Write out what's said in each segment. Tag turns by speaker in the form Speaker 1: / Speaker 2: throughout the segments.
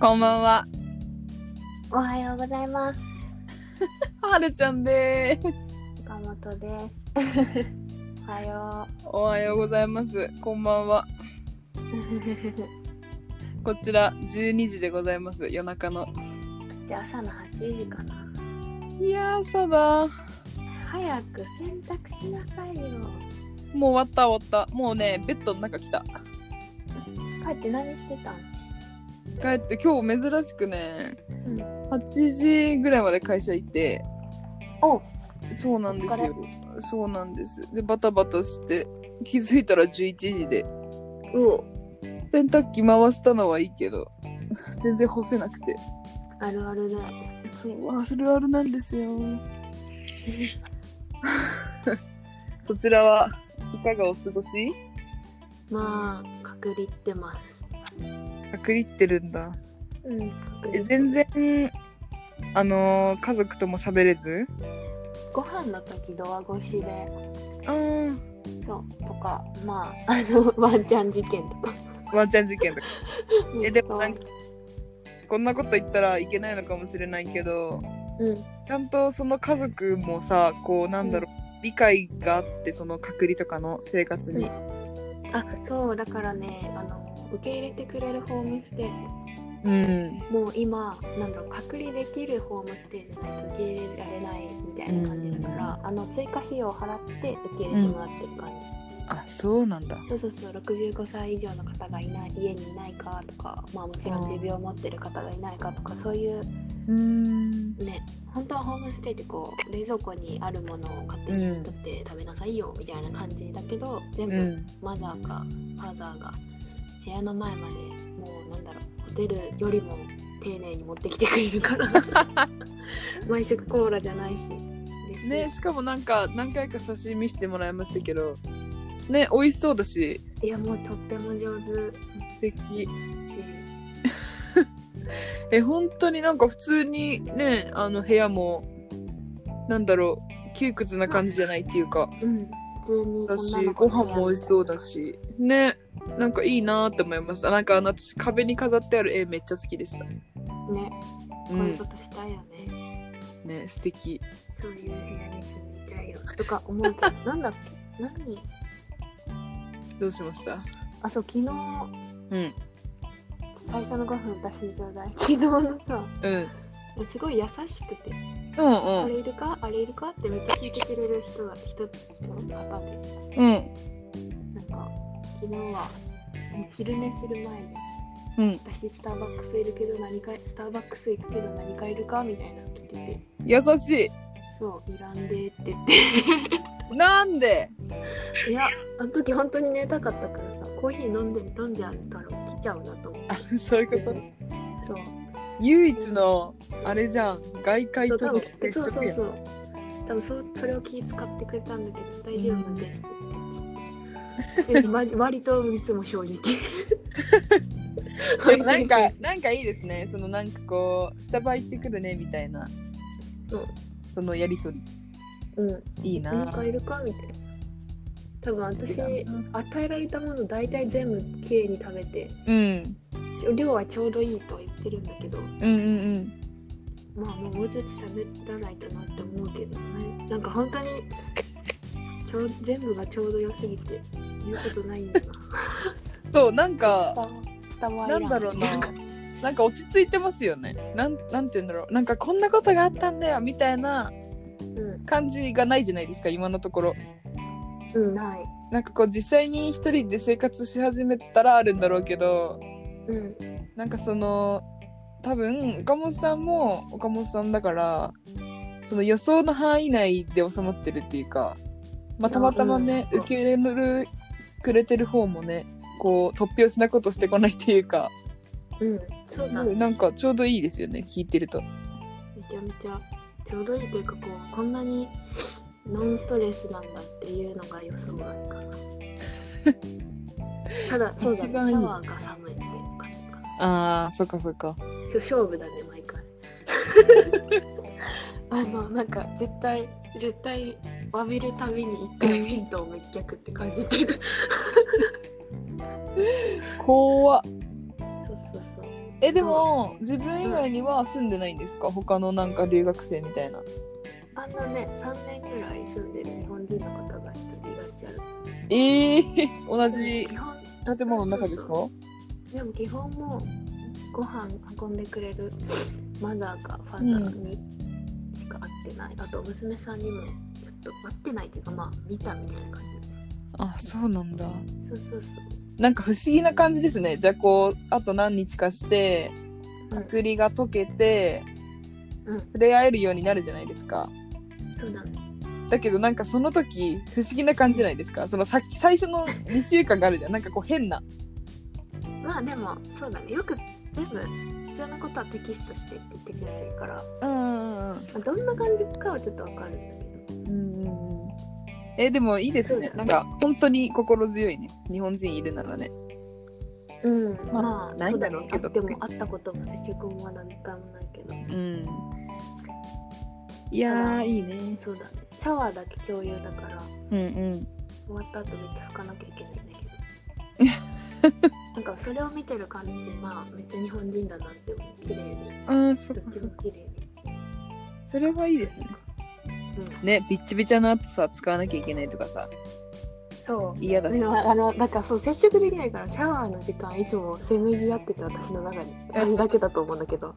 Speaker 1: こんばんは、
Speaker 2: おはようございます。
Speaker 1: はるちゃんでーす。
Speaker 2: 岡本です。おはよ
Speaker 1: おはようございます。こんばんは。
Speaker 2: う。
Speaker 1: こちら12時でございます。夜中の。
Speaker 2: じゃあ朝の8時かな。
Speaker 1: いやー、朝だー。
Speaker 2: 早く洗濯しなさいよ。
Speaker 1: もう終わった終わった。もうね、ベッドの中来た。
Speaker 2: 帰って何してたの
Speaker 1: 帰って今日珍しくね、
Speaker 2: うん
Speaker 1: 8時ぐらいまで会社行って、
Speaker 2: おう
Speaker 1: そうなんですよ。そうなんです。で、バタバタして、気づいたら11時で。
Speaker 2: うお
Speaker 1: 洗濯機回したのはいいけど、全然干せなくて。
Speaker 2: あるあるだよ。
Speaker 1: そう、あるあるなんですよ。 そちらはいかがお過ごし
Speaker 2: まあ、隔離ってます。
Speaker 1: 隔離ってるんだ。
Speaker 2: うん、
Speaker 1: え、全然、あのー家族とも喋れず
Speaker 2: ご飯の時ドア越しで、
Speaker 1: うん。
Speaker 2: そう、とか、まあ、あの、 ワンちゃん事件とか。
Speaker 1: ワンちゃん事件とか。えでもなん
Speaker 2: か。
Speaker 1: こんなこと言ったらいけないのかもしれないけど、
Speaker 2: うん、
Speaker 1: ちゃんとその家族もさ、こう、なんだろう。理解があってその隔離とかの生活に、
Speaker 2: あそうだからねあの受け入れてくれるホームステイ
Speaker 1: うん、
Speaker 2: もう今なんだろう隔離できるホームステイじゃないと受け入れられないみたいな感じだから、あの追加費用を払って受け入れてもらってる感
Speaker 1: あそうなんだ
Speaker 2: じ、そうそうそう65歳以上の方がいない家にいないかとか、まあ、もちろん持病を持ってる方がいないかとかそういう
Speaker 1: うん
Speaker 2: ね本当はホームステイってこう冷蔵庫にあるものを勝手に作って食べなさいよみたいな感じだけど、全部マザーかファザーが部屋の前までもうなんだろうホテルよりも丁寧に持ってきてくれるから 毎食コーラじゃないし
Speaker 1: ねしかもなんか何回か写真見せてもらいましたけどね美味しそうだし
Speaker 2: いやもうとっても上手し
Speaker 1: 素敵え本当になんか普通にねあの部屋もなんだろう窮屈な感じじゃないっていうか
Speaker 2: うん普通に
Speaker 1: だし
Speaker 2: 女の
Speaker 1: ご
Speaker 2: 子
Speaker 1: 飯も美味しそうだしねなんかいいなーって思いましたなんかあの私壁に飾ってある絵めっちゃ好きでした
Speaker 2: ね
Speaker 1: う
Speaker 2: こういうんことしたいよね、
Speaker 1: ね素敵
Speaker 2: そういう部屋に住みたいよとか思うけどなんだっけ何
Speaker 1: どうしました
Speaker 2: あそう昨日
Speaker 1: うん
Speaker 2: 最初の5分私にちょうだい昨日のさ
Speaker 1: うん
Speaker 2: すごい優しくて
Speaker 1: うん
Speaker 2: あ
Speaker 1: う
Speaker 2: れ
Speaker 1: ん
Speaker 2: いるかあれいるかってめっちゃ聞いてくれる人が人人方で
Speaker 1: うん
Speaker 2: なんか昨日は昼寝する前に
Speaker 1: うん
Speaker 2: 私スターバックスいるけど何かスターバックス行くけど何かいるかみたいなの来てて
Speaker 1: 優し
Speaker 2: そういらんでって 言っ
Speaker 1: いなんで
Speaker 2: ていやあの時本当に寝たかったからさコーヒー飲んで飲んじゃったら来ちゃうなと思って
Speaker 1: あそういうこと
Speaker 2: そう
Speaker 1: 唯一のあれじゃん外界との接
Speaker 2: そう多分そ
Speaker 1: 触やん
Speaker 2: うそうそう多分そうそれを気使ってくれたんだけど大丈夫ですって言って割割といつも正直
Speaker 1: でもなんかなんかいいですねそのなんかこうスタバ行ってくるねみたいな
Speaker 2: そう
Speaker 1: そのやりとり
Speaker 2: うん
Speaker 1: いいな
Speaker 2: 何かいるかみたいな多分私与えられたもの大体全部きれいに食べて
Speaker 1: うん
Speaker 2: 量はちょうどいいとは言ってるんだけど
Speaker 1: うんうん
Speaker 2: まあもうもうちょっと喋らないとなって思うけどねなんか本当にちょう全部がちょうど良すぎて言うことないんだな
Speaker 1: うんそうなん
Speaker 2: スタ
Speaker 1: か
Speaker 2: スタバい
Speaker 1: な
Speaker 2: ら
Speaker 1: んだろうななんか落ち着いてますよねなんなんて言うんだろうなんかこんなことがあったんだよみたいな
Speaker 2: うん、
Speaker 1: 感じがないじゃないですか今のところ
Speaker 2: うん、ない。
Speaker 1: なんかこう実際に一人で生活し始めたらあるんだろうけど
Speaker 2: うん、
Speaker 1: なんかその多分岡本さんも岡本さんだからその予想の範囲内で収まってるっていうか、まあ、たまたまね、
Speaker 2: うん
Speaker 1: 受け入れるくれてる方もねこう突拍子なことしてこないっていうか、
Speaker 2: うん、そうだ。め
Speaker 1: なんかちょうどいいですよね聞いてると。
Speaker 2: ちゃめちゃちょうどいいというか、こう、こんなにノンストレスなんだっていうのが予想外かな。ただ、そうだ、
Speaker 1: 一
Speaker 2: ね、シ
Speaker 1: 番いい
Speaker 2: ャワーが寒いっていう感じかな。
Speaker 1: あーそっかそっか。
Speaker 2: ちょ勝負だね、毎回。あの、なんか、絶対、絶対、詫びるたびに一回ヒントを滅却って感じてる。
Speaker 1: 怖っ
Speaker 2: そうそうそう。
Speaker 1: えでも自分以外には住んでないんですか他のなんか留学生みたいな
Speaker 2: あのね3年ぐらい住んでる日本人の方が一人いらっしゃる
Speaker 1: えー、同じ
Speaker 2: 基本
Speaker 1: 建物の中ですか
Speaker 2: でも基本もご飯運んでくれるマザーかファザーにしか会ってない、あと娘さんにもちょっと会ってないっていうかまあ見たみたいな感
Speaker 1: あそうなんだ
Speaker 2: じそうそう
Speaker 1: なんか不思議な感じですねじゃあこうあと何日かして
Speaker 2: そう、
Speaker 1: 隔離が解けて
Speaker 2: うん、うん、
Speaker 1: 触れ合えるようになるじゃないですか
Speaker 2: そうなの
Speaker 1: だけどなんかその時不思議な感じないですかそのさっき最初の2週間があるじゃんなんかこう変な
Speaker 2: まあでもそうだねよく全部必要なことはテキストしてって言ってくれてるから、ま
Speaker 1: うんうんうん
Speaker 2: あどんな感じかはちょっとわかるんだけど
Speaker 1: うんえでもいいですね
Speaker 2: そう
Speaker 1: なんか本当に心強いね日本人いるならね
Speaker 2: うん
Speaker 1: まあ
Speaker 2: まあ
Speaker 1: ないんだろうけど
Speaker 2: そうだね、あっても会ったことも接触もまだ一回もないけど
Speaker 1: うんいやーいいね
Speaker 2: そうだねシャワーだけ共有だから
Speaker 1: うんうん
Speaker 2: 終わった後めっちゃ拭かなきゃいけないんだけどなんかそれを見てる感じまあめっちゃ日本人だなって思う綺麗に
Speaker 1: あーそっ
Speaker 2: ど
Speaker 1: か
Speaker 2: っち
Speaker 1: そ
Speaker 2: も
Speaker 1: っか
Speaker 2: 綺麗に
Speaker 1: それはいいですね
Speaker 2: うん
Speaker 1: ねビッチビチャの後さ使わなきゃいけないとかさ
Speaker 2: そう
Speaker 1: 嫌だし
Speaker 2: でもあのなんかそう接触できないからシャワーの時間いつもせめぎ合ってて私の中にそれだけだと思うんだけど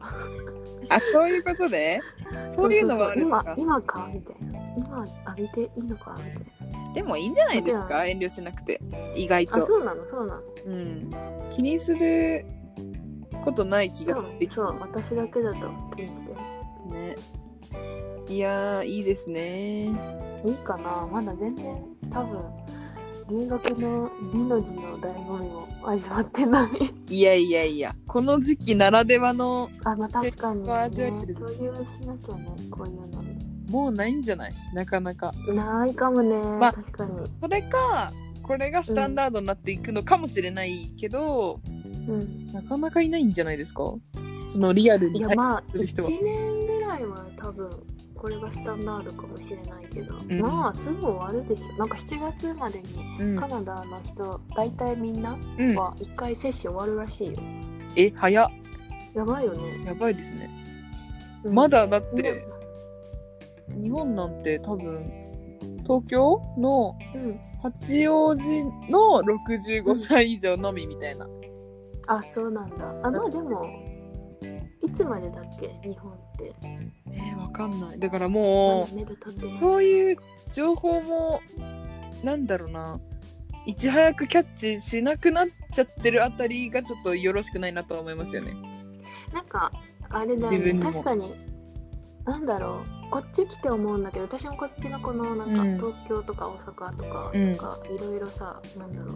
Speaker 1: あそういうことでそういうのはあるの
Speaker 2: 今
Speaker 1: か
Speaker 2: 今かみたいな今浴びていいのかみたい
Speaker 1: でもいいんじゃないです
Speaker 2: じゃ
Speaker 1: か遠慮しなくて意外
Speaker 2: なあ
Speaker 1: と
Speaker 2: そうなのそうなの
Speaker 1: うん気にすることない気
Speaker 2: そ
Speaker 1: が
Speaker 2: う
Speaker 1: でき
Speaker 2: そ
Speaker 1: た
Speaker 2: う私だけだと気にして
Speaker 1: ねいやーいいですね
Speaker 2: いいかなまだ全然多分留学の美の字の醍醐味も味わってない
Speaker 1: いやいやいやこの時期ならではの
Speaker 2: あまあ確かに、
Speaker 1: わ
Speaker 2: ね、
Speaker 1: あ味わってる
Speaker 2: そういうしなきゃねこういうの
Speaker 1: もうないんじゃないなかなか
Speaker 2: ないかもね、
Speaker 1: まあ
Speaker 2: 確かに
Speaker 1: それかこれがスタンダードになっていくのかもしれないけど、
Speaker 2: うん
Speaker 1: なかなかいないんじゃないですかそのリアル
Speaker 2: い
Speaker 1: に
Speaker 2: やまあ
Speaker 1: する人は
Speaker 2: 1年ぐらいは多分これがスタンダードかもしれないけど、
Speaker 1: ん
Speaker 2: まあすぐ終わるでしょなんか7月までに
Speaker 1: うん
Speaker 2: カナダの人大体みんな
Speaker 1: うん
Speaker 2: は1回接種終わるらしいよ
Speaker 1: え早っ
Speaker 2: やばいよね、
Speaker 1: やばいですね
Speaker 2: うん
Speaker 1: まだだって日本なんて多分東京の
Speaker 2: うん
Speaker 1: 八王子の65歳以上のみみたいな、
Speaker 2: あそうなんだあまあでもいつまでだっけ日本って
Speaker 1: えー、わかんないだから
Speaker 2: ま
Speaker 1: も
Speaker 2: だ目が立ってな
Speaker 1: う
Speaker 2: い
Speaker 1: そういう情報もなんだろうないち早くキャッチしなくなっちゃってるあたりがちょっとよろしくないなとは思いますよね
Speaker 2: なんかあれだ
Speaker 1: 自
Speaker 2: よ
Speaker 1: 分
Speaker 2: ね
Speaker 1: にも
Speaker 2: 確かになんだろうこっち来て思うんだけど私もこっちのこのなんか、
Speaker 1: うん
Speaker 2: 東京とか大阪とか、
Speaker 1: うん
Speaker 2: なんかいろいろさなんだろ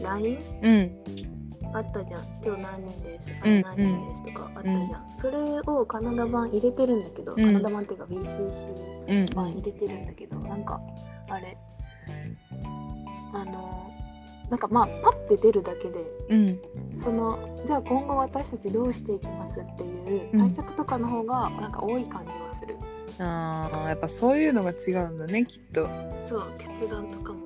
Speaker 2: う LINE
Speaker 1: うん
Speaker 2: あったじゃん今日何人ですあ
Speaker 1: うんうん
Speaker 2: れ何人ですとかあったじゃん、それをカナダ版入れてるんだけど、
Speaker 1: ん
Speaker 2: カナダ版っていうか BCC
Speaker 1: うん
Speaker 2: 版入れてるんだけど、なんかあれあのなんかまあパッて出るだけで
Speaker 1: うん
Speaker 2: そのじゃあ今後私たちどうしていきますっていう
Speaker 1: うん
Speaker 2: 対策とかの方がなんか多い感じはする、
Speaker 1: あーやっぱそういうのが違うんだねきっと
Speaker 2: そう決断とかも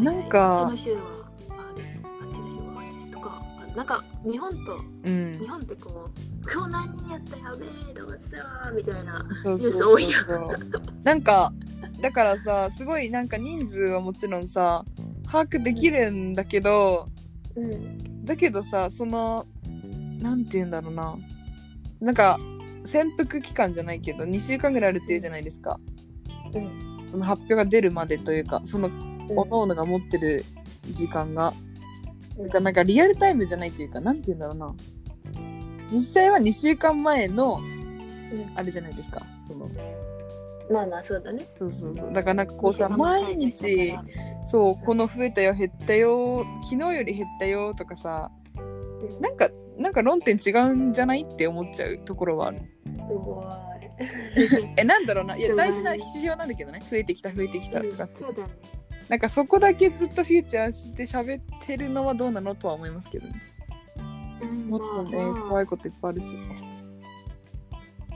Speaker 1: なんか
Speaker 2: こっちの週はああですあっちの週はあれですとかなんか日本と
Speaker 1: う
Speaker 2: 日
Speaker 1: ん
Speaker 2: 本ってこう今日何人やったやべえどうしようみたいな
Speaker 1: そうそう
Speaker 2: ニュース
Speaker 1: そ
Speaker 2: 多
Speaker 1: う
Speaker 2: いよ
Speaker 1: そうなんかだからさすごいなんか人数はもちろんさ把握できるんだけど、
Speaker 2: うん
Speaker 1: だけどさそのなんて言うんだろうななんか潜伏期間じゃないけど2週間ぐらいあるっていうじゃないですか
Speaker 2: うん
Speaker 1: その発表が出るまでというかその
Speaker 2: うん
Speaker 1: 各々が持ってる時間が、だからなんかリアルタイムじゃないというかなんて言うんだろうな実際は2週間前の
Speaker 2: ん
Speaker 1: あれじゃないですかその
Speaker 2: まあまあそうだね
Speaker 1: そうそうそうだからなんかこうさ
Speaker 2: 日本の
Speaker 1: 毎
Speaker 2: 会議したから
Speaker 1: 日そうこの増えたよ減ったよ昨日より減ったよとかさ
Speaker 2: うん
Speaker 1: なんかなんか論点違うんじゃないって思っちゃうところはある
Speaker 2: すごい
Speaker 1: えなんだろうない
Speaker 2: そ
Speaker 1: や
Speaker 2: うだ
Speaker 1: 大
Speaker 2: ね
Speaker 1: 事な日常なんだけどね増えてきた増えてきたとかって
Speaker 2: そうだね
Speaker 1: なんかそこだけずっとフューチャーして喋ってるのはどうなのとは思いますけどね
Speaker 2: うん
Speaker 1: もっとね
Speaker 2: まあまあ
Speaker 1: 怖いこといっぱいあるし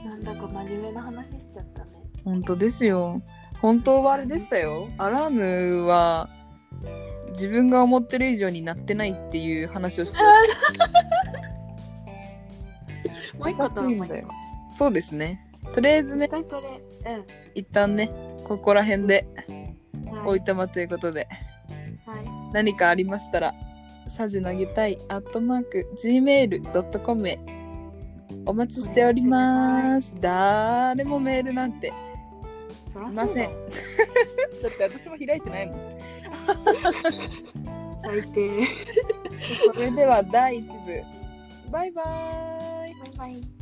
Speaker 2: なんだか真面目な話しちゃったね。
Speaker 1: 本当ですよ本当はあれでしたよアラームは自分が思ってる以上になってないっていう話をして
Speaker 2: もう 一個と
Speaker 1: おかしいんだよそうですねとりあえずね
Speaker 2: 絶対これ、
Speaker 1: 一旦ねここら辺で
Speaker 2: うん。
Speaker 1: お
Speaker 2: はい。
Speaker 1: いたまということで
Speaker 2: はい。
Speaker 1: 何かありましたらさじ投げたいアットマーク gmail.com へお待ちしております誰もメールなんて
Speaker 2: そら
Speaker 1: いま
Speaker 2: そうだ
Speaker 1: せん
Speaker 2: よ。
Speaker 1: だって私も開いてないもん
Speaker 2: 最 低。
Speaker 1: それでは第1部バイバーイ
Speaker 2: バイバイ。